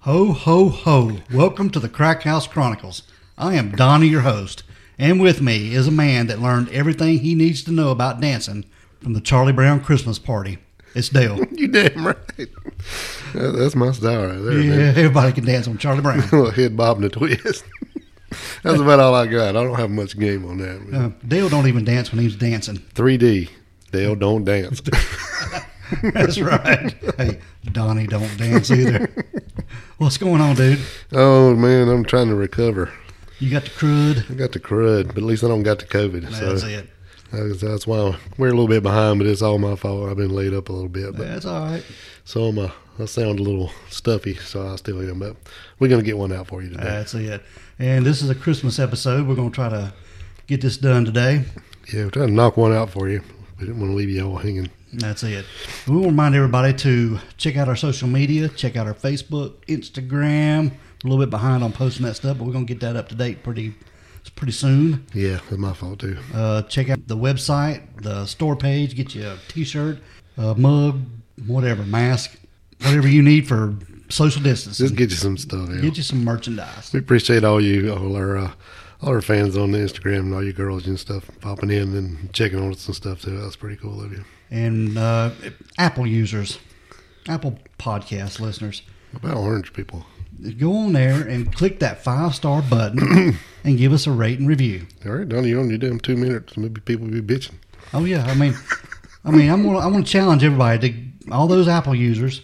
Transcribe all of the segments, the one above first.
Ho, ho, ho. Welcome to the Crack House Chronicles. I am Donnie, your host, and with me is a man that learned everything he needs to know about dancing from the Charlie Brown Christmas party. It's Dale. You damn right. That- That's my style right there. man. yeah, everybody can dance on Charlie Brown. little head bob and a twist. That's about all I got. I don't have much game on that. Uh, Dale don't even dance when he's dancing. 3D. Dale don't dance. That's right. hey, Donnie don't dance either. What's going on, dude? oh man, I'm trying to recover. You got the crud. I got the crud, but at least I don't got the COVID. That's so it. That's, that's why we're a little bit behind, but it's all my fault. I've been laid up a little bit, but That's all right. so am I. I sound a little stuffy, so I still am. But we're gonna get one out for you today. That's it. And this is a Christmas episode. We're going to try to get this done today. yeah, we're trying to knock one out for you. We didn't want to leave you all hanging. That's it. We want to remind everybody to check out our social media, check out our Facebook, Instagram. We're a little bit behind on posting that stuff, but we're going to get that up to date pretty pretty soon. Yeah, it's my fault too. Uh, check out the website, the store page, get you a t shirt, a mug, whatever, mask, whatever you need for social distancing. Just get you some stuff. Al. Get you some merchandise. We appreciate all you, all our, uh, all our fans on Instagram and all you girls and stuff popping in and checking on us and stuff too. That's pretty cool of you. And uh, Apple users, Apple podcast listeners. What about orange people? go on there and click that five star button and give us a rate and review. All right, Donnie, you only do them two minutes. Maybe people will be bitching. Oh yeah, I mean, I mean, I'm gonna I want to challenge everybody to all those Apple users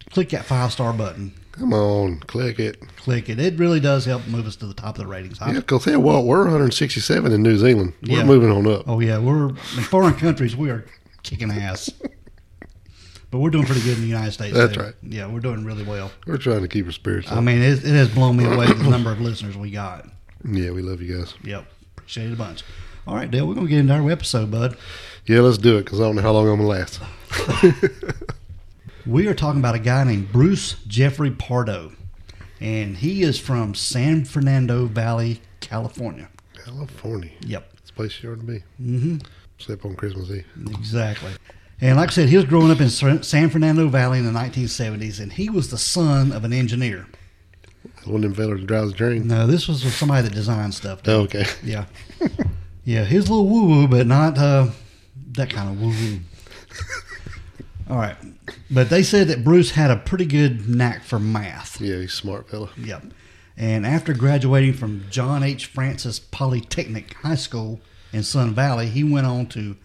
to click that five star button. Come on, click it. Click it. It really does help move us to the top of the ratings. I- Yeah, because hey, what? We're 167 in New Zealand. We're Yeah. moving on up. Oh yeah, we're in foreign countries. We are kicking ass, but we're doing pretty good in the United States. That's too. right. Yeah, we're doing really well. We're trying to keep our spirits up. I mean, it, it has blown me away the number of listeners we got. yeah, we love you guys. Yep, appreciate it a bunch. All right, Dale, we're gonna get into our episode, bud. Yeah, let's do it because I don't know how long I'm gonna last. We are talking about a guy named Bruce Jeffrey Pardo, and he is from San Fernando Valley, California. California, Yep, it's the place you ought to be. Mm-hmm. Except on Christmas Eve. exactly. And like I said, he was growing up in San San Fernando Valley in the 1970s, and he was the son of an engineer. One of them fellas that drives the train. No, this was with somebody that designed stuff. Oh, okay. Yeah, yeah, he was a little woo woo, but not uh, that kind of woo woo. All right, but they said that Bruce had a pretty good knack for math. Yeah, he's a smart fella. Yep. And after graduating from John H. Francis Polytechnic High School in Sun Valley, he went on to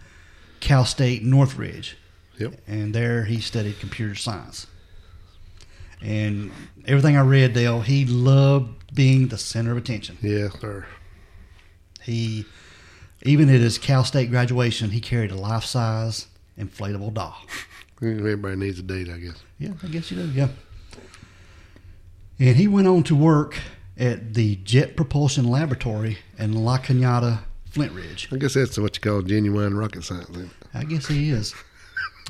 Cal State Northridge, Yep. and there he studied computer science. And everything I read, Dale, he loved being the center of attention. Yeah, sir. He, even at his Cal State graduation, he carried a life size inflatable doll. Everybody needs a date, I guess. Yeah, I guess you do. Yeah. And he went on to work at the Jet Propulsion Laboratory in La Cañada, Flint Ridge. I guess that's what you call genuine rocket science. Ain't I guess he is.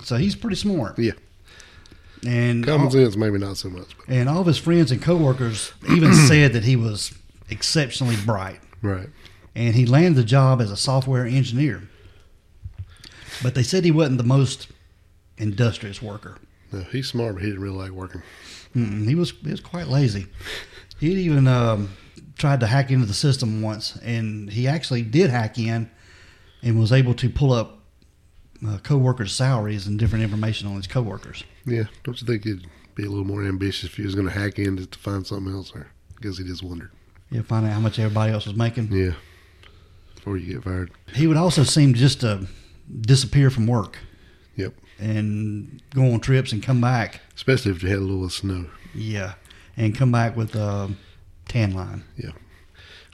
So he's pretty smart. it? Yeah, And common all, sense maybe not so much, but and all of his friends and coworkers even said that he was exceptionally bright. right. And he landed the job as a software engineer. But they said he wasn't the most industrious worker. No, he's smart, but he didn't really like working. Mm, he was he was quite lazy. He'd even um, tried to hack into the system once, and he actually did hack in and was able to pull up uh, coworkers' salaries and different information on his coworkers. Yeah, don't you think he'd be a little more ambitious if he was going to hack in just to find something else? Or I guess he just wondered. You know, find out how much everybody else was making. Yeah, before you get fired. He would also seem just to disappear from work Yep, and go on trips and come back. especially if you had a little snow. Yeah, and come back with a tan line. Yeah,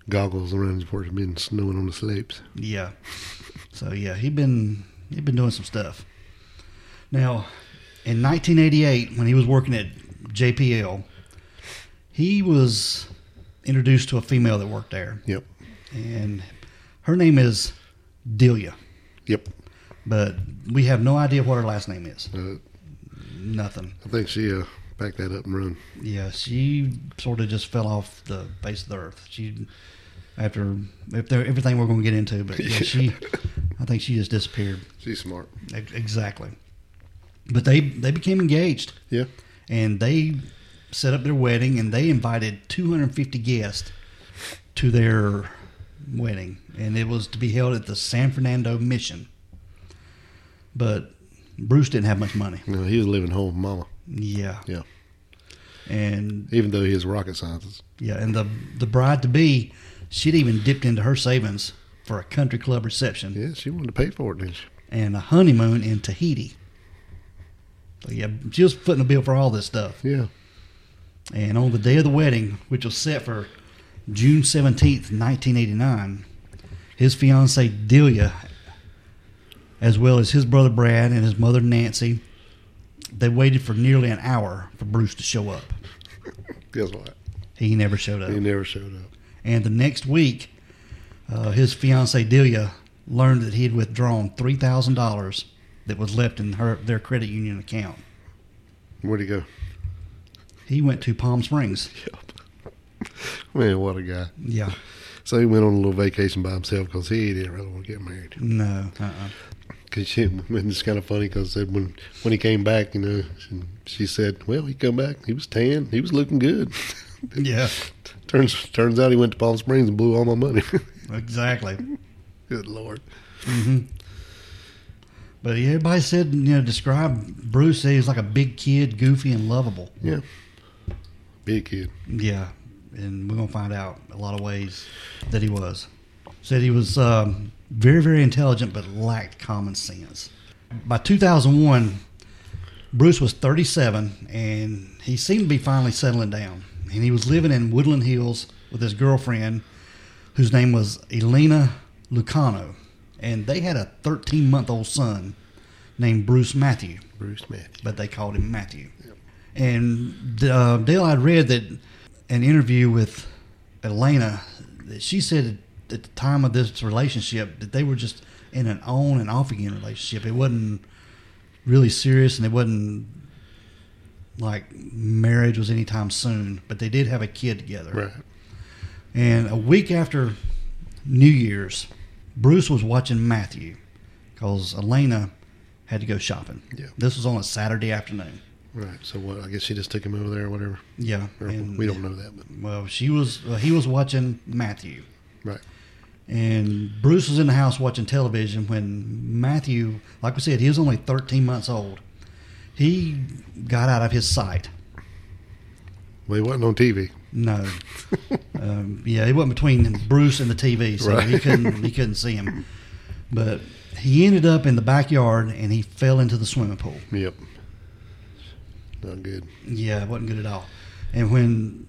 goggles around his porch, been snowing on the slopes. Yeah. So yeah, he been he been doing some stuff. Now, in 1988, when he was working at JPL, he was introduced to a female that worked there, Yep, and her name is Delia, yep. but we have no idea what her last name is. Uh, Nothing. I think she uh, packed that up and run. Yeah, she sort of just fell off the face of the earth. She after if there everything we're going to get into, but yeah, she I think she just disappeared. She's smart. Ex- Exactly. But they they became engaged Yeah, and they set up their wedding, and they invited 250 guests to their wedding, and it was to be held at the San Fernando Mission. But Bruce didn't have much money. No, he was living home with mama. Yeah, Yeah. and Even though he is rocket scientist. yeah, and the the bride to be, she'd even dipped into her savings for a country club reception Yeah, she wanted to pay for it, didn't she? and a honeymoon in Tahiti. So yeah, she was footing the bill for all this stuff. Yeah. And on the day of the wedding, which was set for June 17th, 1989, his fiancee Delia, as well as his brother Brad and his mother Nancy, they waited for nearly an hour for Bruce to show up. Guess what? He never showed up. He never showed up. And the next week, uh, his fiancee Delia learned that he had withdrawn $3,000 that was left in her their credit union account. Where'd he go? He went to Palm Springs. Man, what a guy. Yeah. So he went on a little vacation by himself because he didn't really want to get married. No. Uh-uh. Cause she, and it's kind of funny because when when he came back, you know, she, she said, "Well, he come back. He was tan. He was looking good." Yeah. turns turns out he went to Palm Springs and blew all my money. Exactly. good lord. But yeah, everybody said, you know, describe Bruce said he was like a big kid, goofy and lovable. Yeah, big kid. Yeah, and we're gonna find out a lot of ways that he was. Said he was um, very, very intelligent, but lacked common sense. By 2001, Bruce was 37, and he seemed to be finally settling down. And he was living in Woodland Hills with his girlfriend, whose name was Elena Lucano, and they had a 13-month-old son named Bruce Matthew Bruce Matthews. but they called him Matthew. And uh, Dale, I read that an interview with Elena that she said at the time of this relationship that they were just in an on and off again relationship. It wasn't really serious, and it wasn't like marriage was anytime soon. But they did have a kid together. Right. And a week after New Year's, Bruce was watching Matthew because Elena had to go shopping. Yeah. This was on a Saturday afternoon. Right. So what? I guess she just took him over there or whatever. Yeah. Or and- we don't know that, but Well, she was uh, he was watching Matthew, right. and Bruce was in the house watching television when Matthew, like we said, he was only 13 months old. He got out of his sight. Well, he wasn't on TV. No. um, yeah, it wasn't between Bruce and the TV, so he Right. couldn't he couldn't see him. But he ended up in the backyard and he fell into the swimming pool. Yep. Not good. Yeah, it wasn't good at all. And when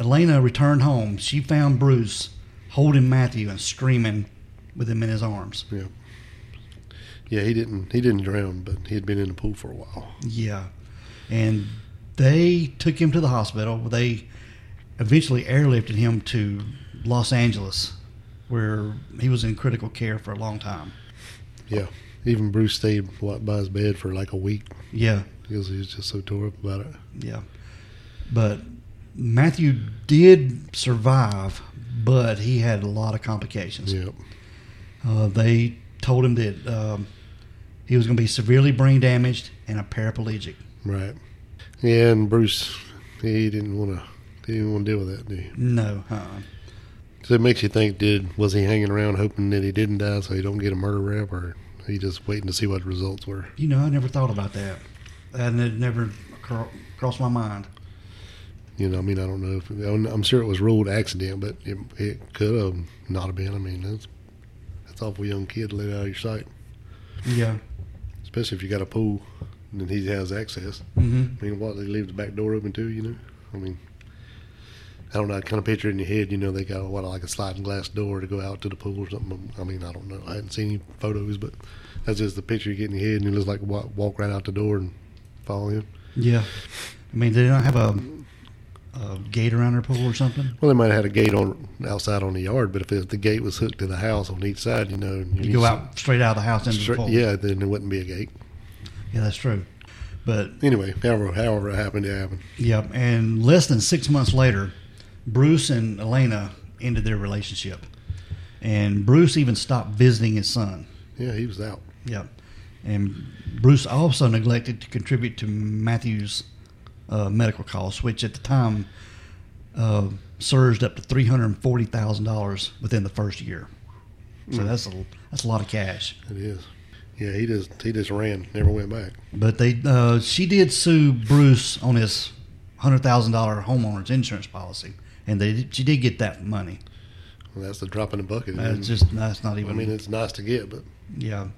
Elena returned home, she found Bruce holding Matthew and screaming with him in his arms. Yep. Yeah, he didn't. He didn't drown, but he had been in the pool for a while. Yeah. And they took him to the hospital. They eventually airlifted him to Los Angeles, where he was in critical care for a long time. Yeah. Even Bruce stayed what, by his bed for like a week Yeah, because he was just so tore up about it. yeah. But Matthew did survive, but he had a lot of complications. Yep. Uh, they told him that um, he was going to be severely brain damaged and a paraplegic. Right. Yeah, and Bruce, he didn't want to. He didn't want to deal with that, did he? No, uh-uh. So it makes you think: Did was he hanging around hoping that he didn't die so he don't get a murder rap, or he just waiting to see what the results were? you know, I never thought about that, and it never cro- crossed my mind. You know, I mean, I don't know if I'm I'm sure it was ruled accident, but it, it could have not have been. I mean, that's that's awful young kid to let out of your sight, Yeah. especially if you got a pool and then he has access. hmm I mean, what they leave the back door open too, you know? I mean, I don't know. I kind of picture it in your head, you know, they got what like a sliding glass door to go out to the pool or something. I mean, I don't know. I hadn't seen any photos, but that's just the picture you get in your head, and you just like walk, walk right out the door and follow him. Yeah. I mean, they don't have a, a gate around their pool or something. Well, they might have had a gate on outside on the yard, but if it, the gate was hooked to the house on each side, you know, and You go out straight out of the house into straight- the pool. yeah, then there wouldn't be a gate. Yeah, that's true. But Anyway, however, however it happened, it happened. yeah, and less than six months later, Bruce and Elena ended their relationship, and Bruce even stopped visiting his son. Yeah, he was out. Yep. And Bruce also neglected to contribute to Matthew's uh, medical costs, which at the time uh, surged up to three hundred forty thousand dollars within the first year. So Hmm. that's a that's a lot of cash. It is. Yeah, he just he just ran, never went back. But they uh, she did sue Bruce on his hundred thousand dollar homeowners insurance policy, and they she did get that money. Well, that's the drop in the bucket. isn't That's it? just that's not Hmm. I even. mean, it's nice to get, but Yeah.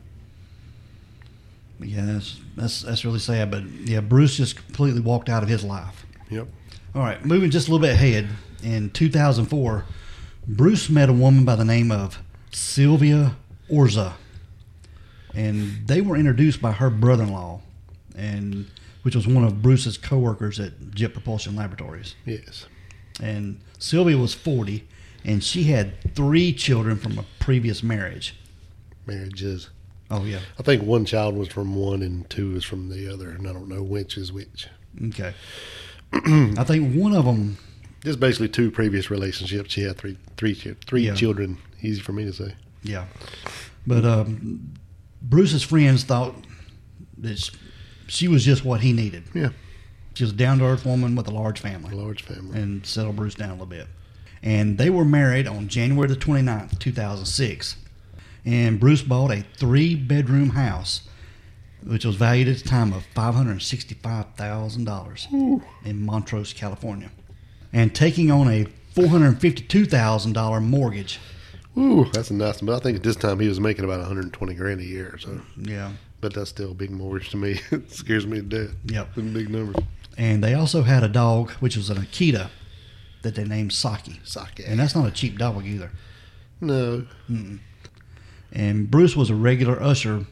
But yeah, that's that's that's really sad. But yeah, Bruce just completely walked out of his life. yep. All right, moving just a little bit ahead. In 2004, Bruce met a woman by the name of Sylvia Orza, and they were introduced by her brother-in-law, and which was one of Bruce's coworkers at Jet Propulsion Laboratories. Yes. And Sylvia was 40, and she had three children from a previous marriage. Marriages. Oh yeah, I think one child was from one and two is from the other, and I don't know which is which. okay. I think one of them Just basically two previous relationships. She had three three chi- three Yeah. children. Easy for me to say. Yeah, but um, Bruce's friends thought that sh- she was just what he needed. Yeah. She was a down to earth woman with a large A family, large family. and settled Bruce down a little bit. And they were married on January the 29th, 2006. And Bruce bought a three bedroom house, which was valued at the time of $565,000 in Montrose, California, and taking on a $452,000 mortgage. Ooh, that's a nice. But I think at this time he was making about 120 grand a year. So, Yeah. but that's still a big mortgage to me. it scares me to death. Yep. Them big numbers. and they also had a dog which was an Akita that they named Saki, Sock and it. that's not a cheap dog either. No. And Bruce was a regular usher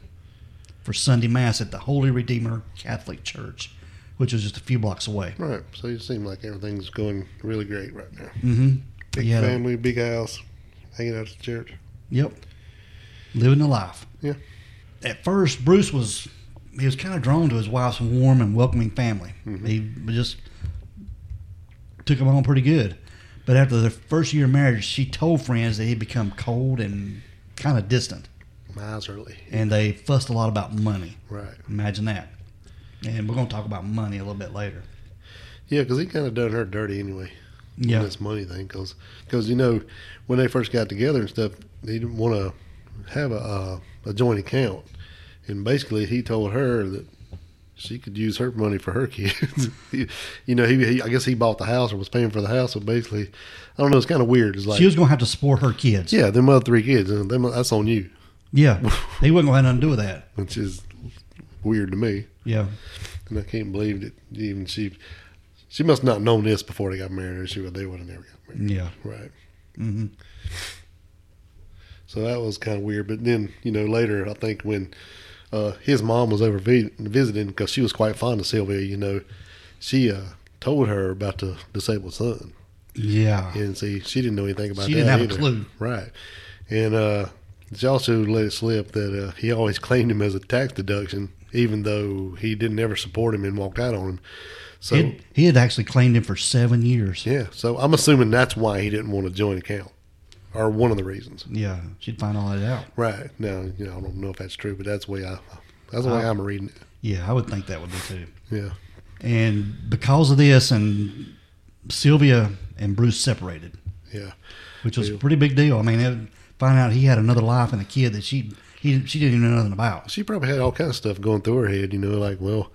for Sunday Mass at the Holy Redeemer Catholic Church, which was just a few blocks away. Right. So you seem like everything's going really great right now. Mm-hmm. Big Yeah. family, big house, hanging out at the church. Yep, living the life. Yeah. At first, Bruce was he was kind of drawn to his wife's warm and welcoming family. He just took them on pretty good. But after their first year of marriage, she told friends that he'd become cold and kind of distant. Miserly. and they fussed a lot about money. Right. Imagine that. And we're going to talk about money a little bit later. Yeah, because he kind of done her dirty anyway. Yeah. on this money thing because you know when they first got together and stuff he didn't want to have a, uh, a joint account and basically he told her that she could use her money for her kids He- you know he, he i guess he bought the house or was paying for the house so basically i don't know it's kind of weird it's like she was going to have to support her kids. yeah them other three kids and them, that's on you Yeah. they wasn't going to have nothing to do with that. which is weird to me Yeah. and i can't believe that even she she must not known this before they got married or she would they would have never got married Yeah. right hmm So that was kind of weird. But then, you know, later, I think when uh, his mom was over vi- visiting, because she was quite fond of Sylvia, you know, she uh, told her about the disabled son. Yeah. And see, she didn't know anything about She that. didn't have a either. clue. Right. And uh, she also let it slip that uh, he always claimed him as a tax deduction, even though he didn't ever support him and walked out on him. So, He'd- he had actually claimed him for seven years. Yeah. yeah. So I'm assuming that's why he didn't want to join account, or one of the reasons. She'd find all that out. Right. Now, you know, I don't know if that's true, but that's the way I that's the way Uh, I'm reading it. Yeah. I would think that would be too. Yeah. And because of this, and Sylvia and Bruce separated, Yeah. which was a Yeah. pretty big deal. I mean, they find out he had another life and a kid that she he, she didn't even know nothing about. She probably had all kinds of stuff going through her head, you know, like, well,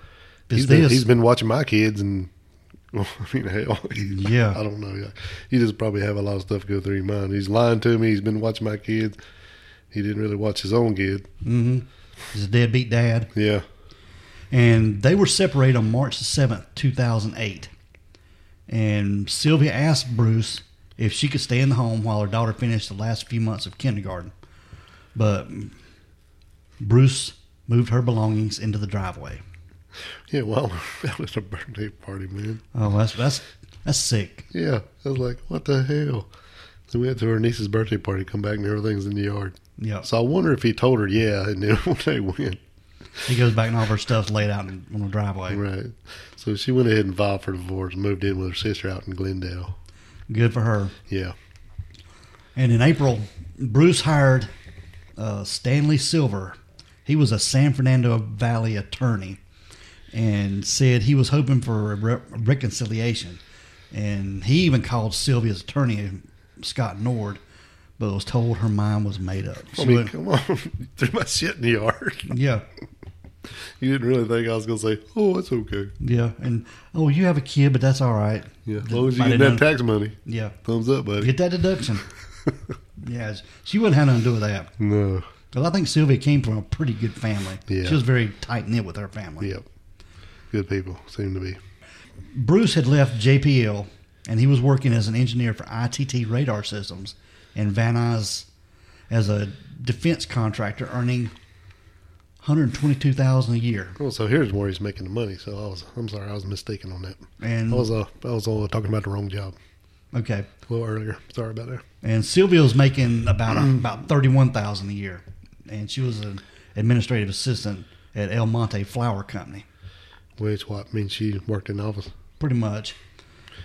It's he's been, this. he's been watching my kids and well, I mean, hell, Yeah. I don't know. Yeah. You just probably have a lot of stuff go through your mind. He's lying to me. He's been watching my kids. He didn't really watch his own kid. hmm He's a deadbeat dad. Yeah. And they were separated on March the 7th, 2008. And Sylvia asked Bruce if she could stay in the home while her daughter finished the last few months of kindergarten. But Bruce moved her belongings into the driveway. Yeah. Well, that was a birthday party, man. Oh, that's that's that's sick. Yeah. I was like, what the hell? So we went to her niece's birthday party, come back and everything's in the yard. Yeah. So I wonder if he told her yeah, and then when they went, He goes back and all of her stuff's laid out in, on the driveway. right. So she went ahead and filed for divorce, moved in with her sister out in Glendale. Good for her. Yeah, And in April, Bruce hired uh, Stanley Silver. He was a San Fernando Valley attorney, and said he was hoping for a re- reconciliation. And he even called Sylvia's attorney, Scott Nord, but was told her mind was made up. I She mean, went- come on. Threw my shit in the yard. yeah, You didn't really think I was going to say, oh, it's okay. yeah. And, oh, you have a kid, but that's all right. Yeah, as long as you Might have get that done- tax money. Yeah. Thumbs up, buddy. Get that deduction. yeah, she wouldn't have nothing to do with that. No. Because I think Sylvia came from a pretty good family. Yeah. She was very tight knit with her family. Yep. Good people seem to be. Bruce had left JPL and he was working as an engineer for ITT radar systems and Van Nuys as a defense contractor earning 122000 a year. Oh, so here's where he's making the money. So I was, I'm sorry, I was mistaken on that. And I was, uh, I was uh, talking about the wrong job okay. a little earlier. Sorry about that. And Sylvia was making about about 31000 a year and she was an administrative assistant at El Monte Flour Company. Which what means she worked in the office. pretty much.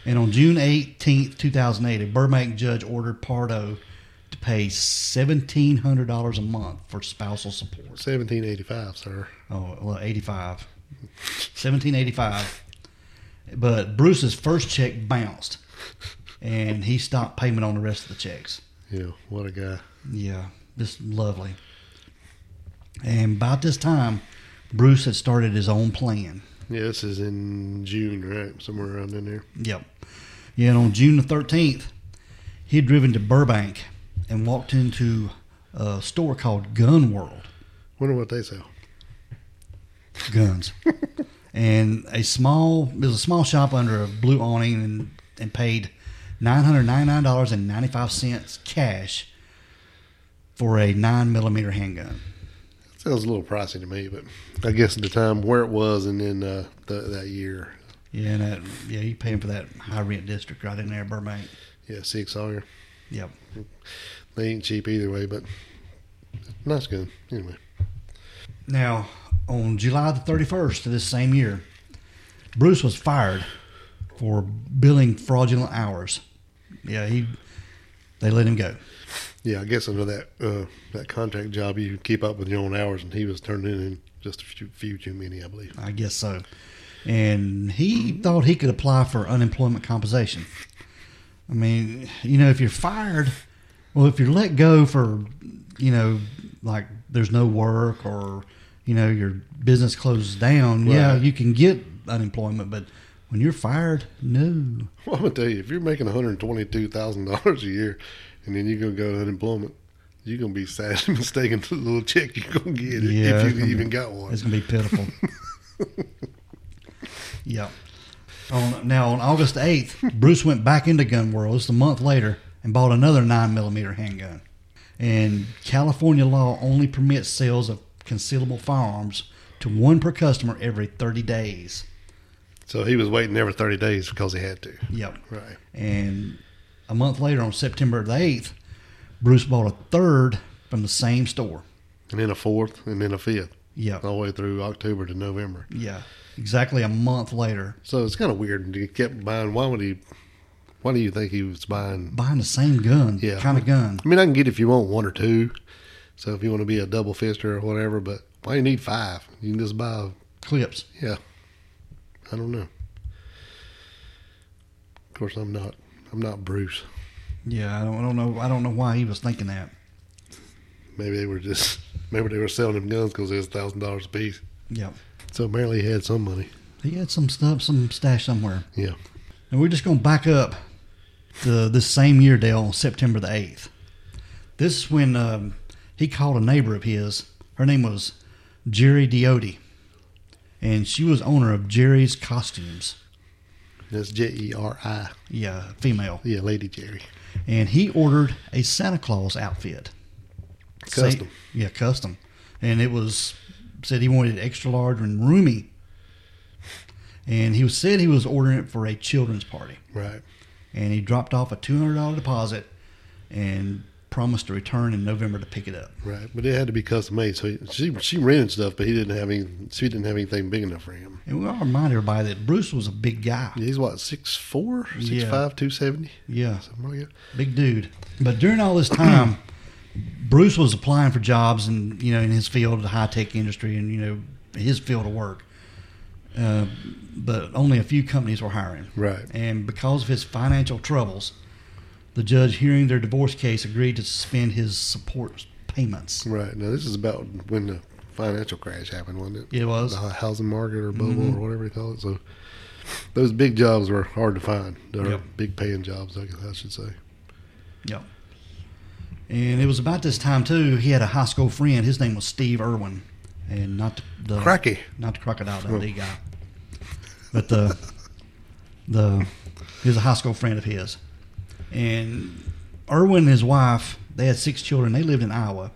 And on June 18th, 2008, a Burbank judge ordered Pardo to pay $1,700 a month for spousal support. 1785, sir. Oh, well, 85. 1785. But Bruce's first check bounced, and he stopped payment on the rest of the checks. Yeah, what a guy. Yeah, just lovely. And about this time, Bruce had started his own plan. Yeah, this is in June, right? Somewhere around in there. Yep. Yeah, and on June the 13th, he had driven to Burbank and walked into a store called Gun World Wonder what they sell. Guns. and a small, it was a small shop under a blue awning and, and paid $999.95 cash for a 9 millimeter handgun. Sounds a little pricey to me, but I guess at the time where it was and then uh, the, that year. Yeah, and that, yeah, you paying for that high rent district right in there, Burbank. Yeah, six Sawyer. Yep. They ain't cheap either way, but nice gun. Anyway. Now, on July the 31st of this same year, Bruce was fired for billing fraudulent hours. Yeah, he they let him go. Yeah, I guess under that uh, that contract job, you keep up with your own hours, and he was turned in just a few, few too many, I believe. I guess so. And he thought he could apply for unemployment compensation. I mean, you know, if you're fired, well, if you're let go for, you know, like there's no work or, you know, your business closes down, yeah, Right. you can get unemployment. But when you're fired, no. Well, I'm gonna tell you, if you're making one hundred twenty-two thousand dollars a year, and then you're gonna go to unemployment, you're gonna be sadly mistaken for the little check you're gonna get Yeah, it's if you gonna even be- got one. It's gonna be pitiful. yeah. On, now on August eighth, Bruce went back into Gun World. It's a month later, and bought another nine millimeter handgun. And California law only permits sales of concealable firearms to one per customer every thirty days. So he was waiting every thirty days because he had to. Yep. Right. And a month later, on September the eighth, Bruce bought a third from the same store. And then a fourth, and then a fifth, Yep. all the way through October to November. Yeah. Exactly a month later, So it's kind of weird. And he kept buying. Why would he? Why do you think he was buying buying the same gun, Yeah. kind of gun. I mean, I can get if you want one or two. So if you want to be a double fister or whatever, but why you need five? You can just buy. clips. Yeah, I don't know. Of course, I'm not. I'm not Bruce. Yeah, I don't, I don't know. I don't know why he was thinking that. Maybe they were just. Maybe they were selling them guns because they was thousand dollars a piece. Yep, So apparently he had some money. he had some stuff, some stash somewhere. Yeah. And we're just gonna back up the this same year, Dale, on September the eighth. This is when um, he called a neighbor of his. Her name was Jerry Diotti, and she was owner of Jerry's Costumes. That's J E R I. Yeah, female. Yeah, Lady Jerry. And he ordered a Santa Claus outfit. Sa- Custom. yeah, custom. And it was said he wanted it extra large and roomy. And he was said he was ordering it for a children's party. Right. And he dropped off a two hundred dollar deposit and promised to return in November to pick it up. Right. But it had to be custom made. So he, she she rented stuff, but he didn't have any. She didn't have anything big enough for him. And we all remind everybody that Bruce was a big guy. Yeah, he's what six four, six Yeah. five, two seventy. Yeah. Something like that. Big dude. But during all this time, Bruce was applying for jobs and you know in his field, the high tech industry, and you know his field of work. uh, but only a few companies were hiring. Right. And because of his financial troubles, the judge hearing their divorce case agreed to suspend his support payments. Right. Now, this is about when the financial crash happened, wasn't it? It was. Mm-hmm. The housing market or bubble or whatever they call it. So those big jobs were hard to find. They're Yep. big paying jobs, I guess I should say. Yep. And it was about this time too. He had a high school friend. His name was Steve Irwin, and not the Cracky. not the crocodile Dundee guy, but the the he was a high school friend of his. And Irwin and his wife, they had six children. They lived in Iowa,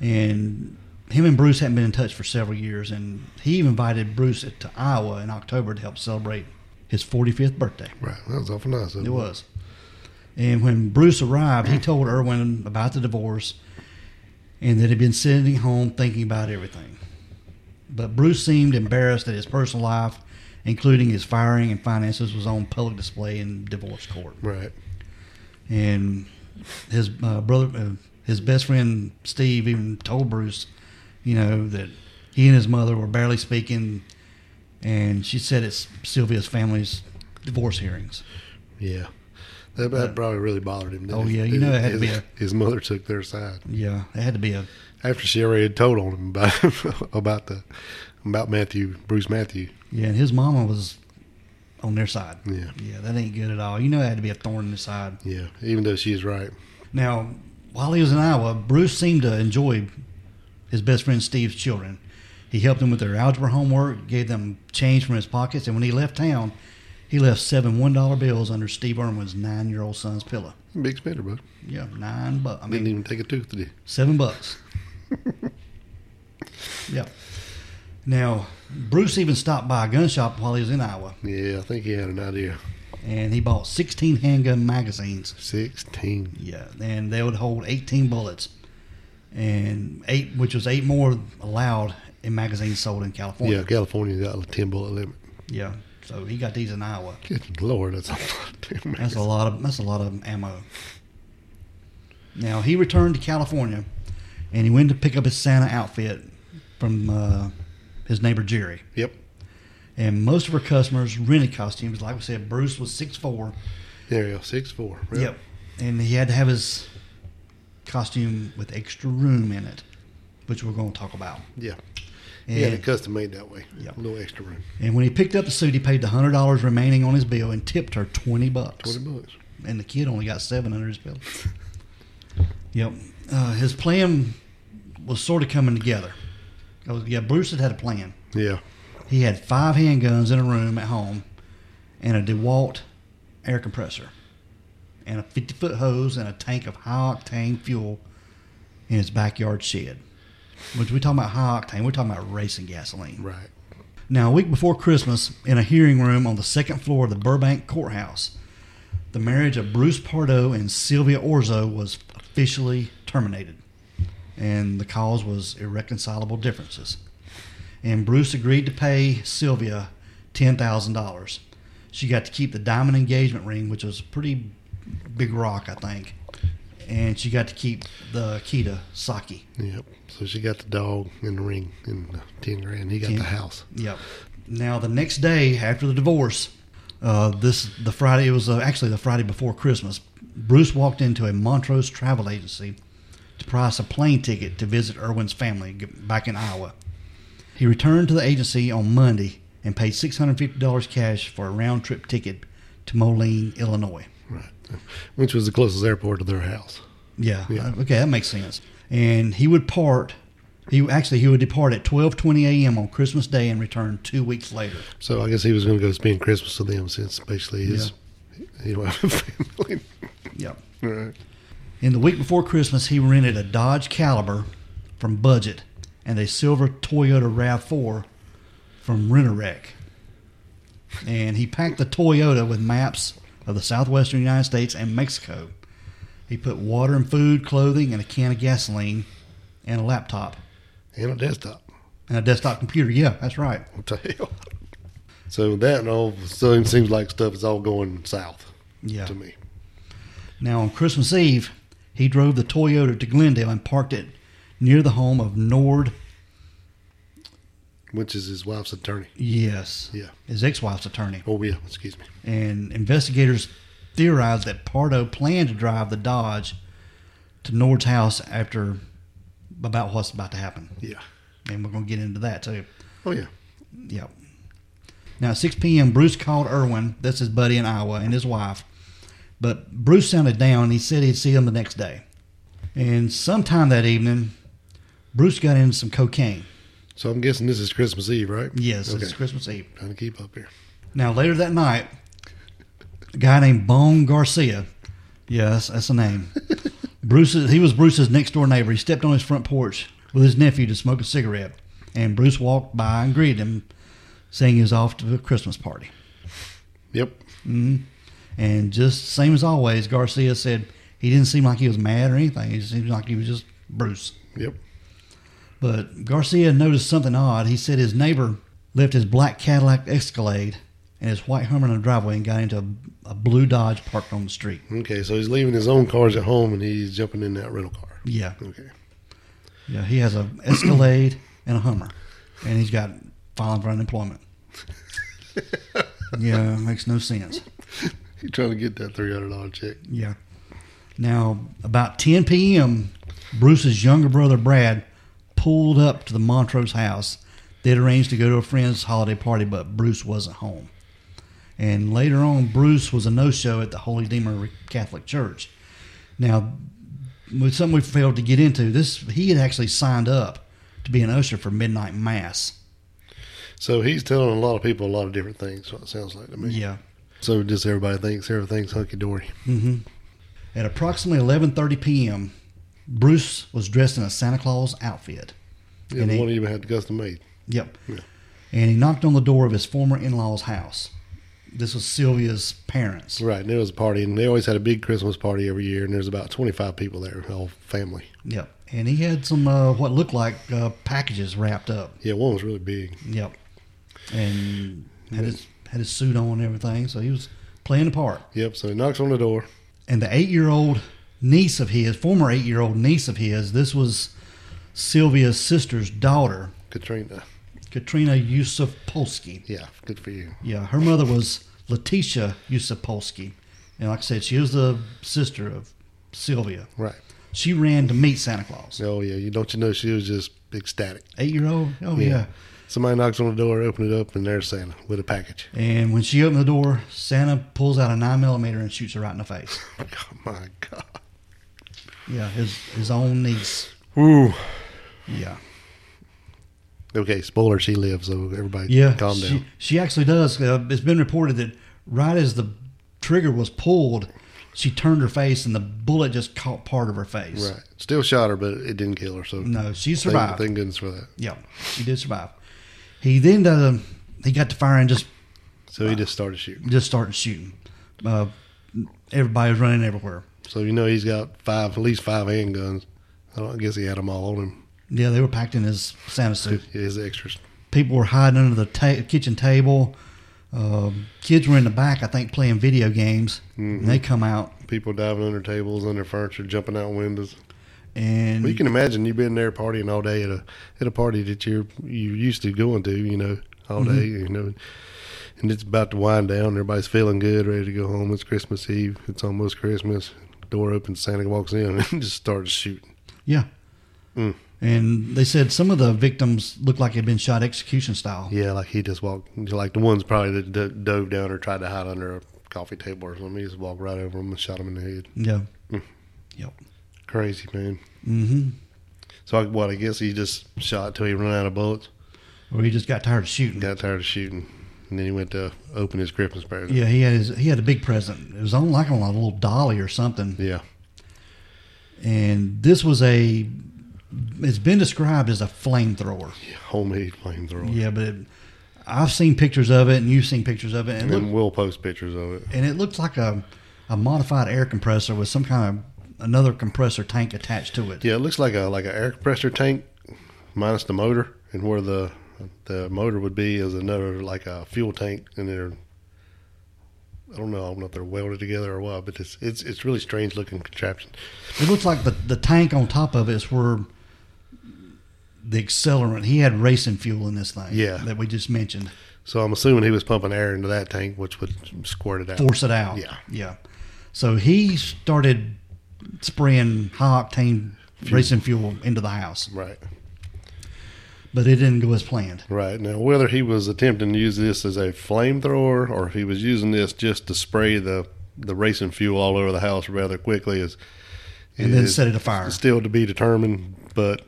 and him and Bruce hadn't been in touch for several years. And he even invited Bruce to Iowa in October to help celebrate his 45th birthday. Right. That was awful nice. It was. And when Bruce arrived, he told Irwin about the divorce and that he'd been sitting home thinking about everything. But Bruce seemed embarrassed that his personal life, including his firing and finances, was on public display in divorce court. Right. And his uh, brother, uh, his best friend Steve, even told Bruce, you know, that he and his mother were barely speaking. And she said it's Sylvia's family's divorce hearings. Yeah. That, that probably really bothered him. didn't Oh, yeah, you know it had to be his, a- his mother took their side Yeah, it had to be a after she already had told on him about about the about Matthew Bruce Matthew. Yeah, and his mama was on their side. Yeah. Yeah, that ain't good at all. You know, it had to be a thorn in his side. Yeah, even though she's right. Now, while he was in Iowa, Bruce seemed to enjoy his best friend Steve's children. He helped them with their algebra homework, gave them change from his pockets, and when he left town, he left seven one dollar bills under Steve Irwin's nine year old son's pillow. Big spender, bud. Yeah, nine bucks. I mean, Didn't even take a tooth did he? Seven bucks. yep. Now, Bruce even stopped by a gun shop while he was in Iowa, Yeah, I think he had an idea. and he bought 16 handgun magazines. Sixteen. Yeah, and they would hold 18 bullets, and eight, which was eight more allowed in magazines sold in California. Yeah, California's got a ten bullet limit. Yeah. So he got these in Iowa. Good lord, that's a lot. Damn, man. That's a lot of that's a lot of ammo. Now he returned to California, and he went to pick up his Santa outfit from uh, his neighbor Jerry. Yep. And most of her customers rented costumes. Like we said, Bruce was six four. There you go, six four. Yep. And he had to have his costume with extra room in it, which we're going to talk about. Yeah. And, Yeah, it custom made that way. Yep. A little extra room. and when he picked up the suit, he paid the hundred dollars remaining on his bill and tipped her twenty bucks. Twenty bucks. And the kid only got seven under his bill. yep. Uh, his plan was sort of coming together. Oh, yeah, Bruce had had a plan. Yeah. He had five handguns in a room at home, and a DeWalt air compressor, and a 50 foot hose, and a tank of high octane fuel in his backyard shed. Which we talking about high octane, we're talking about racing gasoline. Right. Now, a week before Christmas, in a hearing room on the second floor of the Burbank courthouse, the marriage of Bruce Pardo and Sylvia Orzo was officially terminated, and the cause was irreconcilable differences. And Bruce agreed to pay Sylvia ten thousand dollars. She got to keep the diamond engagement ring, which was a pretty big rock, I think, and she got to keep the key to Saki. Yep. So she got the dog and the ring and the ten grand. He got Ten. the house. Yep. Now the next day after the divorce, uh, this the Friday it was uh, actually the Friday before Christmas. Bruce walked into a Montrose travel agency to price a plane ticket to visit Irwin's family g- back in Iowa. He returned to the agency on Monday and paid six hundred fifty dollars cash for a round trip ticket to Moline, Illinois. Right. Which was the closest airport to their house. Yeah. Yeah. uh, Okay, that makes sense. And he would part. He actually he would depart at twelve twenty a.m. on Christmas Day and return two weeks later. So I guess he was going to go spend Christmas with them since basically his, you know, family. Yep. Right. In the week before Christmas, he rented a Dodge Caliber from Budget and a silver Toyota RAV4 from Rent-A-Wreck. And he packed the Toyota with maps of the southwestern United States and Mexico. He put water and food, clothing, and a can of gasoline, and a laptop And a desktop. and a desktop computer. Yeah, that's right. What the hell? So that and all so it seems like stuff is all going south Yeah. to me. Now, on Christmas Eve, he drove the Toyota to Glendale and parked it near the home of Nord which is his wife's attorney. Yes. Yeah. His ex wife's attorney. Oh, yeah. Excuse me. And investigators theorized that Pardo planned to drive the Dodge to Nord's house after about what's about to happen. Yeah. And we're going to get into that too. Oh, yeah. Yep. Now, at 6 p.m., Bruce called Irwin. That's his buddy in Iowa and his wife. But Bruce sounded down. He said he'd see him the next day. And sometime that evening, Bruce got into some cocaine. So I'm guessing this is Christmas Eve, right? Yes, Okay. it's Christmas Eve. Trying to keep up here. Now, later that night, a guy named Bone Garcia, yes, that's the name. Bruce, he was Bruce's next door neighbor. He stepped on his front porch with his nephew to smoke a cigarette, and Bruce walked by and greeted him, saying he was off to a Christmas party. Yep. And just same as always, Garcia said he didn't seem like he was mad or anything. He seemed like he was just Bruce. Yep. But Garcia noticed something odd. He said his neighbor left his black Cadillac Escalade and his white Hummer in the driveway and got into a, a blue Dodge parked on the street. Okay. So he's leaving his own cars at home and he's jumping in that rental car. Yeah, Okay. yeah. He has a Escalade and a Hummer, and he's got filing for unemployment. yeah, makes no sense. He's trying to get that $300 check. Yeah. Now, about 10 p.m., Bruce's younger brother Brad pulled up to the Montrose house. They'd arranged to go to a friend's holiday party, but Bruce wasn't home. And later on, Bruce was a no show at the Holy Deemer Catholic Church. Now, with something we failed to get into, this he had actually signed up to be an usher for midnight mass. So he's telling a lot of people a lot of different things, what it sounds like to me. Yeah. So just everybody thinks everything's hunky dory. At approximately 11:30 p.m., Bruce was dressed in a Santa Claus outfit. Yeah, And the he- one even had custom made. Yep. Yeah. And he knocked on the door of his former in law's house. This was Sylvia's parents. Right. And there was a party, and they always had a big Christmas party every year, and there's about 25 people there, all family. Yep. And he had some uh, what looked like uh, packages wrapped up. Yeah, one was really big. Yep. And had his had his suit on and everything, so he was playing the part. Yep. So he knocks on the door. And the eight year old niece of his, former eight year old niece of his, this was Sylvia's sister's daughter, Katrina. Katrina Yusupolsky. Yeah, good for you. Yeah, her mother was Letitia Yusupolsky. And like I said, she was the sister of Sylvia. Right. She ran to meet Santa Claus. Oh yeah, you don't you know she was just ecstatic. Eight year old? Oh, yeah. Somebody knocks on the door, open it up, and there's Santa with a package. And when she opened the door, Santa pulls out a 9mm and shoots her right in the face. Oh my God. Yeah, his, his own niece. Ooh. Yeah. Okay, spoiler, she lives, so everybody Yeah. calm she, down. She actually does. Uh, it's been reported that right as the trigger was pulled, she turned her face and the bullet just caught part of her face. Right. Still shot her, but it didn't kill her, so No, she thank, survived. thank goodness for that. Yeah, she did survive. He then uh, he got to firing, just So he just started shooting. just started shooting. Uh, everybody was running everywhere. So you know he's got five, at least five handguns. I, don't, I guess he had them all on him. Yeah, they were packed in his Santa suit. His extras. People were hiding under the ta- kitchen table. Um, kids were in the back, I think, playing video games. Mm-hmm. And they come out People diving under tables, under furniture, jumping out windows. and Well, you can imagine you've been there partying all day at a at a party that you're you used to going to, you know, all day, you know, and it's about to wind down. Everybody's feeling good, ready to go home. It's Christmas Eve. It's almost Christmas. Door opens, Santa walks in and just starts shooting. yeah. Mm. And they said some of the victims looked like they'd been shot execution style. Yeah, like he just walked, like the ones probably that do- dove down or tried to hide under a coffee table or something. He just walked right over him and shot him in the head. Yeah. Mm. Yep. Crazy man. hmm So I, what? I guess he just shot till he ran out of bullets. Or he just got tired of shooting. Got tired of shooting, and then he went to open his Christmas present. Yeah, he had his, he had a big present. It was on like on a little dolly or something. Yeah. And this was a it's been described as a flamethrower. homemade flamethrower. Yeah, but it, I've seen pictures of it, and you've seen pictures of it, and it And looked, we'll post pictures of it. and it looked like a a modified air compressor with some kind of another compressor tank attached to it. Yeah, it looks like a like an air compressor tank minus the motor, and where the the motor would be is another like a fuel tank, and they're I don't know, I don't know if they're welded together or what, but it's it's it's really strange looking contraption. It looks like the the tank on top of it is where the accelerant. He had racing fuel in this thing. Yeah. that we just mentioned. So I'm assuming he was pumping air into that tank, which would squirt it out. Force it out. Yeah. yeah. So he started spraying high octane racing fuel into the house, Right. but it didn't go as planned. Right. Now, whether he was attempting to use this as a flamethrower or if he was using this just to spray the, the racing fuel all over the house rather quickly is. And then is set it afire. Still to be determined, but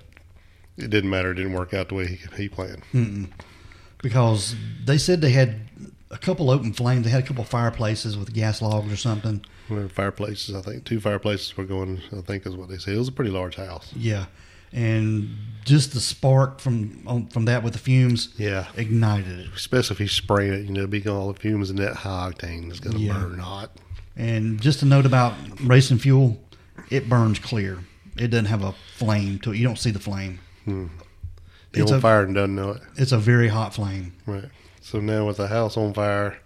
it didn't matter. It didn't work out the way he, he planned. Hmm. because they said they had a couple open flames. They had a couple fireplaces with gas logs or something. Well, Fireplaces, I think. Two fireplaces were going, I think is what they said. It was a pretty large house. Yeah, and just the spark from on, from that with the fumes Yeah. ignited it. Especially if he's spraying it, you know, because all the fumes in that high octane is going to Yeah. burn hot. And just a note about racing fuel, it burns clear. It doesn't have a flame to it. You don't see the flame. He's It's on a- fire and doesn't know it. It's a very hot flame. Right. So now with the house on fire,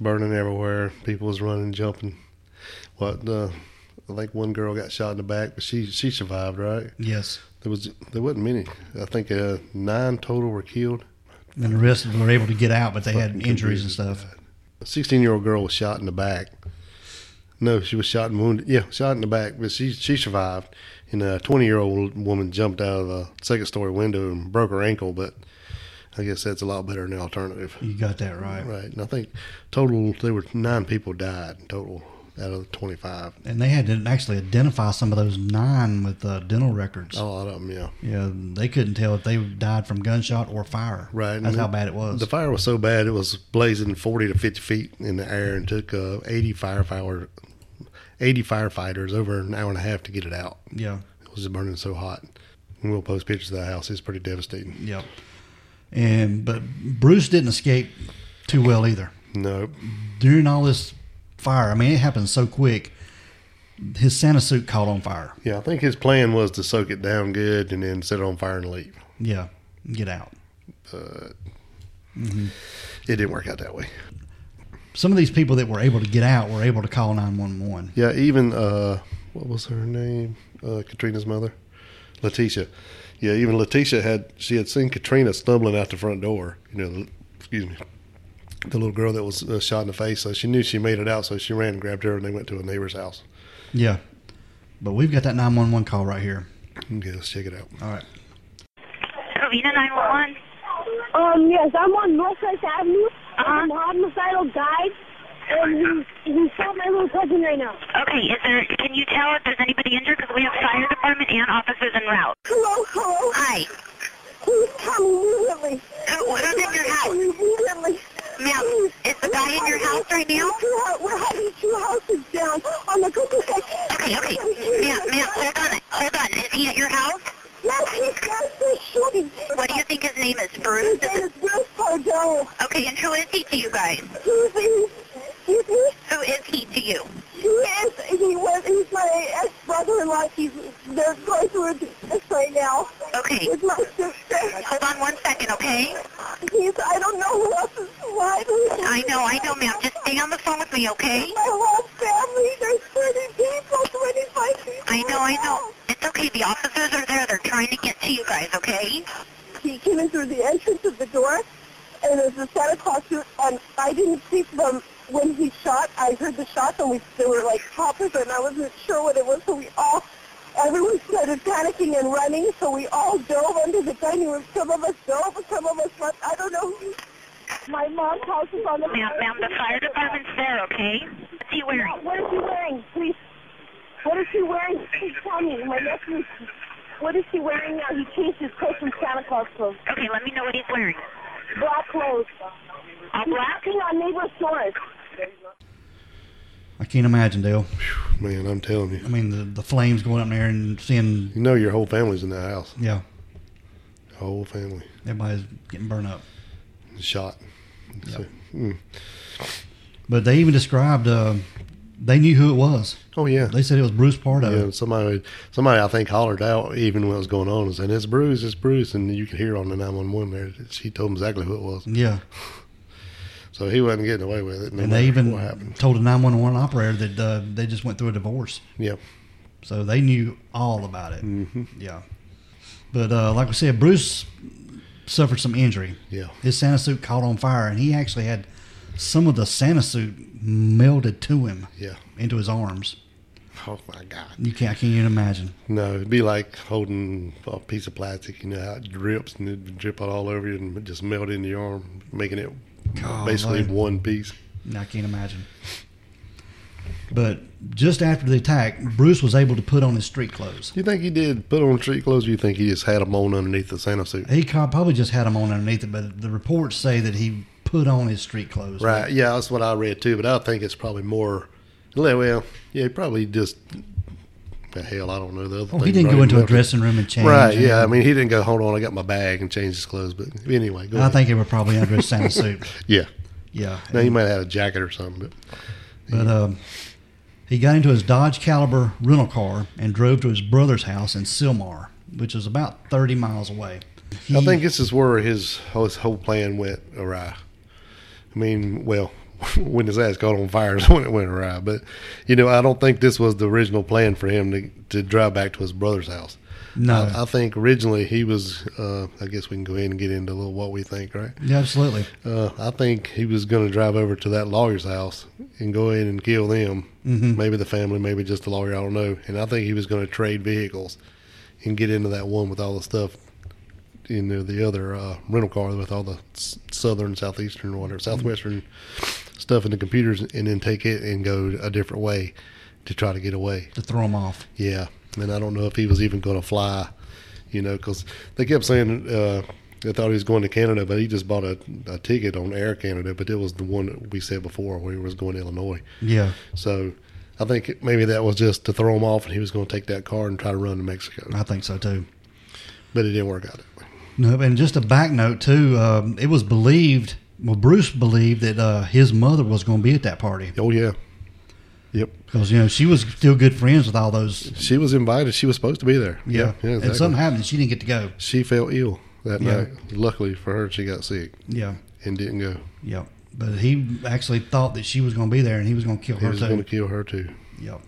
burning everywhere, people was running, jumping. What? Uh, I think one girl got shot in the back, but she she survived, right? Yes, There was there wasn't many. I think uh, nine total were killed. and the rest were able to get out, but they had Fucking injuries and computers stuff. A sixteen-year-old girl was shot in the back. No, she was shot and wounded. Yeah, shot in the back, but she she survived. And a twenty-year-old woman jumped out of a second-story window and broke her ankle. But I guess that's a lot better than the alternative. You got that right. Right, and I think total there were nine people died in total out of the twenty-five. And they had to actually identify some of those nine with uh, dental records. A lot of them, yeah. Yeah, they couldn't tell if they died from gunshot or fire. Right, that's and how the- bad it was. The fire was so bad it was blazing forty to fifty feet in the air and took uh, eighty firefighter, eighty firefighters over an hour and a half to get it out. yeah, It was burning so hot. And we'll post pictures of the house. It's pretty devastating. yeah. And but Bruce didn't escape too well either. No, During all this fire, I mean, it happened so quick. His Santa suit caught on fire. yeah, I think his plan was to soak it down good and then set it on fire and leave. Yeah, get out. It didn't work out that way. Some of these people that were able to get out were able to call nine one one. Yeah, even uh, what was her name? Uh, Katrina's mother, Letitia. Yeah, even Letitia had she had seen Katrina stumbling out the front door. You know, the- excuse me, the little girl that was uh, shot in the face. So she knew she made it out. So she ran and grabbed her, and they went to a neighbor's house. Yeah, but we've got that nine one one call right here. Okay, let's check it out. All right. Rita 911. Um, yes, I'm on Northwest Avenue. I'm a Uh-huh. homicidal guy, and he, he shot my little cousin right now. Okay, is there? Can you tell if there's anybody injured? Because we have fire department and officers en route. Hello, hello. Hi. Please come immediately. Who- who's in your house? Immediately. Ma'am, is the guy in your house right now? Two, hou- we're having two houses down on the cuckoo cake. Okay, okay. Ma'am, ma'am, hold on, hold on. Is he at your house? No, he's got the shooting. What do you think his name is? His Bruce? name is Bruce Pardo. Okay, and who is he to you guys? He's, he's, he's, he's Who is he to you? He is. He was. He's my ex brother-in-law. He's. They're going through a divorce right now. Okay, With my sister. hold on one second, okay? He's. I don't know who else is alive. I know, I know, ma'am. Just stay on the phone with me, okay? My whole family. There's 30 people. 25 people. I know, I know. It's okay. The officers are there. They're trying to get to you guys, okay? He came in through the entrance of the door, and there's a Santa Claus suit. And I didn't see them when he shot. I heard the shots, and we they were like poppers, and I wasn't sure what it was. So we all, everyone started panicking and running. So we all dove under the dining room. Some of us dove, some of us left. I don't know. who- My mom's house is on the. Ma'am, ma'am, the fire department's there, okay? What's he wearing? What is she wearing? Please. What is she wearing? Please tell me. My nephew. What is she wearing now? He changed his clothes from Santa Claus clothes. Okay, let me know what he's wearing. Black clothes. All black? Knocking on neighbor's doors. I can't imagine, Dale. Man, I'm telling you, I mean, the, the flames going up there and seeing, you know your whole family's in the house. yeah, Whole family everybody's getting burnt up. shot. So, mm. But they even described uh, they knew who it was. Oh yeah. They said it was Bruce Yeah, Pardo. and somebody, somebody I think hollered out even what was going on and saying, it's Bruce, it's Bruce. And you could hear on the 911 there that she told him exactly who it was. Yeah, So he wasn't getting away with it. No and matter they what even happened. told the nine one one operator that uh, they just went through a divorce, Yep. Mm-hmm. so they knew all about it. Yeah, But uh, like we said, Bruce suffered some injury. Yeah. His Santa suit caught on fire, and he actually had some of the Santa suit melted to him Yeah. into his arms. Oh my God. You can't, I can't even imagine. No, it'd be like holding a piece of plastic, you know, how it drips and it would drip all over you and it just melt into your arm, making it God, basically man. one piece. I can't imagine. But just after the attack, Bruce was able to put on his street clothes. You think he did put on street clothes? Or you think he just had them on underneath the Santa suit? He co- probably just had them on underneath it, but the reports say that he put on his street clothes. Right. Yeah, that's what I read too. But I think it's probably more. Well, yeah, he probably just. The hell, I don't know. The other Oh, he thing didn't right go into a left. dressing room and change. Right. and- Yeah. I mean, he didn't go. Hold on, I got my bag and changed his clothes. But anyway, go I ahead. think it was probably under his Santa suit. yeah. Yeah. Now he might have had a jacket or something. But But um, he got into his Dodge Caliber rental car and drove to his brother's house in Silmar, which is about 30 miles away. I He- think this is where his his whole plan went awry. I mean, well, when his ass caught on fire is when it went awry. But you know, I don't think this was the original plan for him to to drive back to his brother's house. No. I, I think originally he was. Uh, I guess we can go ahead and get into a little what we think, right? yeah, absolutely. Uh, I think he was going to drive over to that lawyer's house and go ahead and kill them. Maybe the family, maybe just the lawyer. I don't know. And I think he was going to trade vehicles and get into that one with all the stuff. You know, the other uh, rental car with all the s- southern, southeastern, whatever, southwestern stuff in the computers, and then take it and go a different way to try to get away. To throw him off. Yeah, and I don't know if he was even going to fly, you know, because they kept saying uh, they thought he was going to Canada, but he just bought a, a ticket on Air Canada, but it was the one that we said before where he was going to Illinois. Yeah. So I think maybe that was just to throw him off, and he was going to take that car and try to run to Mexico, I think so too. but it didn't work out. That way. No, and just a back note too. Um, it was believed, well, Bruce believed that uh, his mother was going to be at that party Oh yeah, yep. because you know she was still good friends with all those. She was invited. She was supposed to be there. Yeah, yeah. Exactly. and something happened. and She didn't get to go. she fell ill that Yeah. night. Luckily for her, she got sick Yeah, and didn't go. yeah. But he actually thought that she was going to be there, and he was going to kill He her was too. going to kill her too. Yep.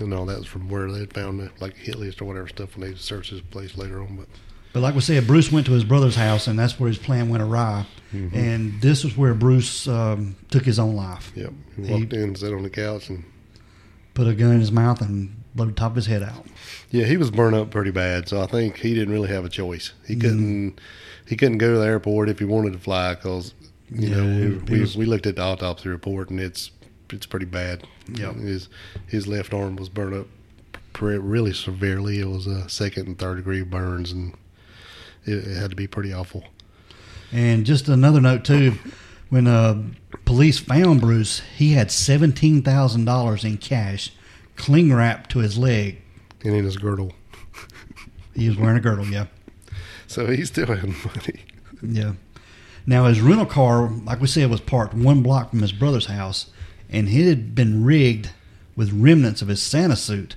and all that's from where they found the, like hit list or whatever stuff when they searched his place later on. But But like we said, Bruce went to his brother's house, and that's where his plan went awry. Mm-hmm. And this was where Bruce um, took his own life. yep, he He- walked in, sat on the couch, and Put a gun in his mouth and blew the top of his head out. yeah, he was burnt up pretty bad. So I think he didn't really have a choice. He couldn't he couldn't go to the airport if he wanted to fly because you Yeah, know he- he we, we, was- we looked at the autopsy report and it's it's pretty bad. Yep. his his left arm was burnt up pre- really severely. It was uh, second and third degree burns and. It, it had to be pretty awful. And just another note too, when uh, police found Bruce, he had seventeen thousand dollars in cash, cling wrapped to his leg. And in his girdle. He was wearing a girdle. Yeah, So he still had money. yeah. Now his rental car, like we said, was parked one block from his brother's house, and it had been rigged with remnants of his Santa suit,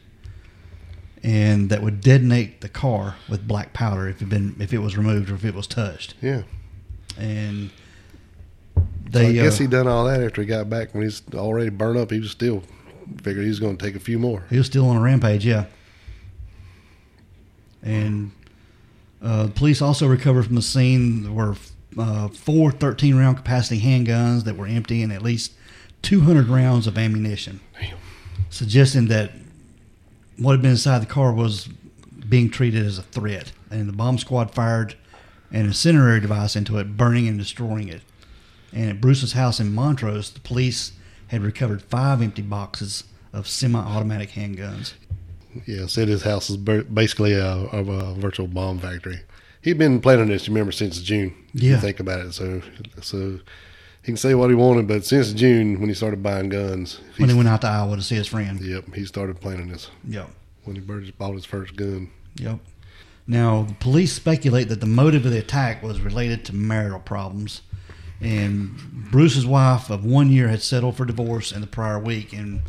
and that would detonate the car with black powder if it been if it was removed or if it was touched. Yeah. And So they I guess uh, he done all that after he got back when he's already burnt up. He was still figured he was going to take a few more. He was still on a rampage, yeah. And uh, the police also recovered from the scene there were uh, four 13 round capacity handguns that were empty and at least 200 rounds of ammunition, Damn. suggesting that what had been inside the car was being treated as a threat. And the bomb squad fired an incendiary device into it, burning and destroying it. And at Bruce's house in Montrose, the police had recovered five empty boxes of semi automatic handguns. Yeah, said his house is bur- basically a, a, a virtual bomb factory. He'd been planning this, you remember, since June. if you Yeah. think about it. So, so he can say what he wanted, but since June, when he started buying guns, he, when he went out to Iowa to see his friend. yep, he started planning this Yep. when he bur- bought his first gun. Yep. Now, the police speculate that the motive of the attack was related to marital problems. And Bruce's wife of one year had settled for divorce in the prior week. And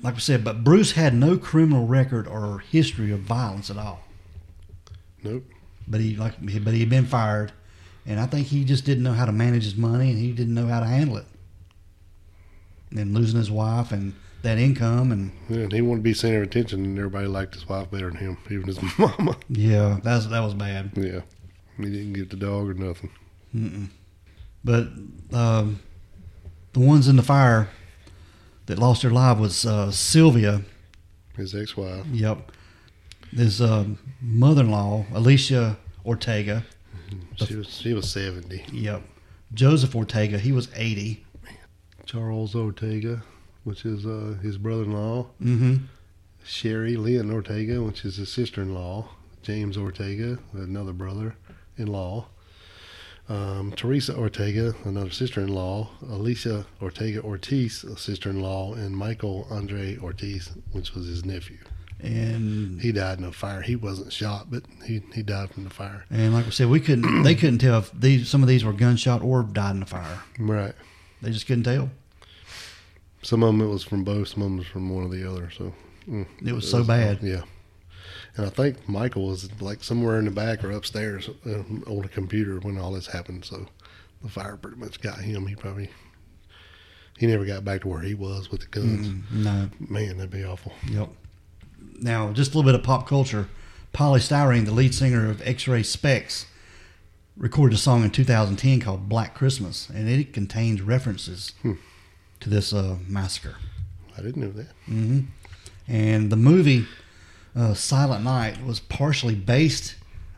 like we said, but Bruce had no criminal record or history of violence at all. Nope. But he like but he had been fired, and I think he just didn't know how to manage his money, and he didn't know how to handle it. And losing his wife and that income and Yeah, and he wanted to be center of attention, and everybody liked his wife better than him, even his mama. yeah, that's that was bad. Yeah, he didn't get the dog or nothing. Mm-mm. But um, the ones in the fire that lost their life was uh, Sylvia. His ex-wife, Yep. His um mother-in-law, Alicia Ortega. she was she was seventy. Yep. Joseph Ortega, he was 80. Charles Ortega, which is uh, his brother-in-law. Mm-hmm. Sherry Lynn Ortega, which is his sister-in-law. James Ortega, another brother-in-law. Um, Teresa Ortega, another sister-in-law. Alicia Ortega Ortiz, a sister-in-law, and Michael Andre Ortiz, which was his nephew. And He died in a fire. He wasn't shot, but he, he died from the fire. and like we said, we couldn't. They couldn't tell if these some of these were gunshot or died in the fire. Right. They just couldn't tell. Some of them it was from both. Some of them was from one or the other. So mm, It was so bad. Yeah. And I think Michael was like somewhere in the back or upstairs um, on a computer when all this happened. So the fire pretty much got him. He probably he never got back to where he was with the guns. No. Man, that'd be awful. Yep. Now, just a little bit of pop culture. Polystyrene, the lead singer of X Ray Specs, recorded a song in 2010 called Black Christmas, and it contains references to this uh, massacre. I didn't know that. And the movie uh, Silent Night was partially based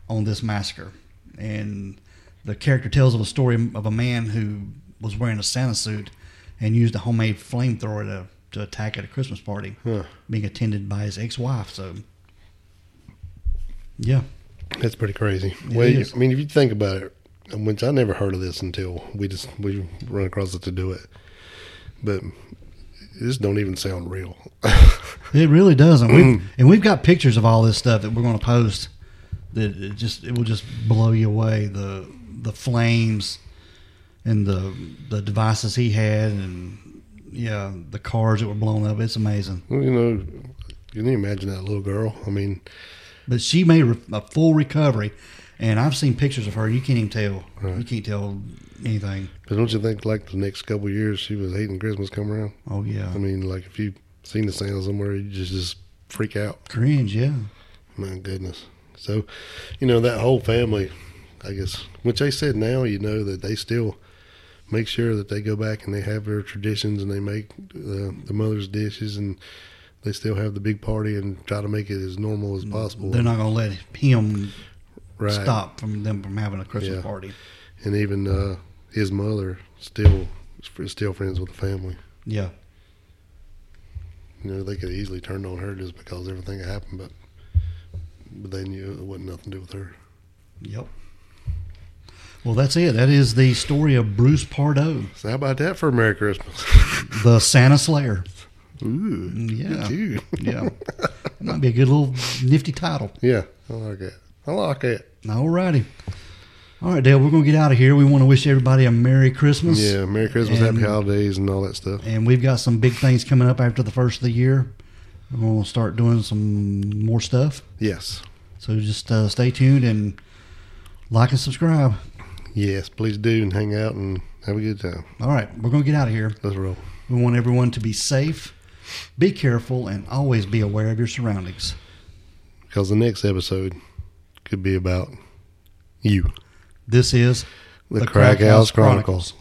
on this massacre. And the character tells of a story of a man who was wearing a Santa suit and used a homemade flamethrower to, to attack at a Christmas party, Huh. being attended by his ex wife. So, yeah. That's pretty crazy. well, you- is. I mean, if you think about it, which I never heard of this until we just we run across it to do it, but this don't even sound real. It really doesn't. We've, Mm-hmm. and we've got pictures of all this stuff that we're going to post. That it just it will just blow you away. The the flames and the the devices he had and yeah the cars that were blown up. It's amazing. Well, you know, can you imagine that little girl? I mean, But she made re- a full recovery, and I've seen pictures of her. You can't even tell. You Right. can't tell anything. But don't you think, like, the next couple of years she was hating Christmas come around? Oh yeah, I mean, like, if you've seen the sound somewhere, you just, just freak out. cringe. Yeah, My goodness. So, you know, that whole family, I guess, which they said now, you know, that they still make sure that they go back and they have their traditions and they make uh, the, the mother's dishes and they still have the big party and try to make it as normal as possible. Mm, they're not going to let him right. stop from them from having a Christmas Yeah. party. And even uh, his mother still is still friends with the family. Yeah. You know, they could have easily turned on her just because everything that happened, but but they knew it wasn't nothing to do with her. Yep. Well, that's it. That is the story of Bruce Pardo, So how about that for a Merry Christmas? the Santa Slayer. Ooh, yeah. good you. Yeah. that might be a good little nifty title. yeah, I like it. I like it. All righty. All right, Dale, we're going to get out of here. We want to wish everybody a Merry Christmas. Yeah, Merry Christmas, And- Happy Holidays, and all that stuff. And we've got some big things coming up after the first of the year. We're going to start doing some more stuff. Yes, So just uh, stay tuned and like and subscribe. yes, please do and hang out and have a good time. All right, we're going to get out of here. Let's roll. We want everyone to be safe, be careful, and always be aware of your surroundings. Because the next episode could be about you, This is the, Crack House Chronicles.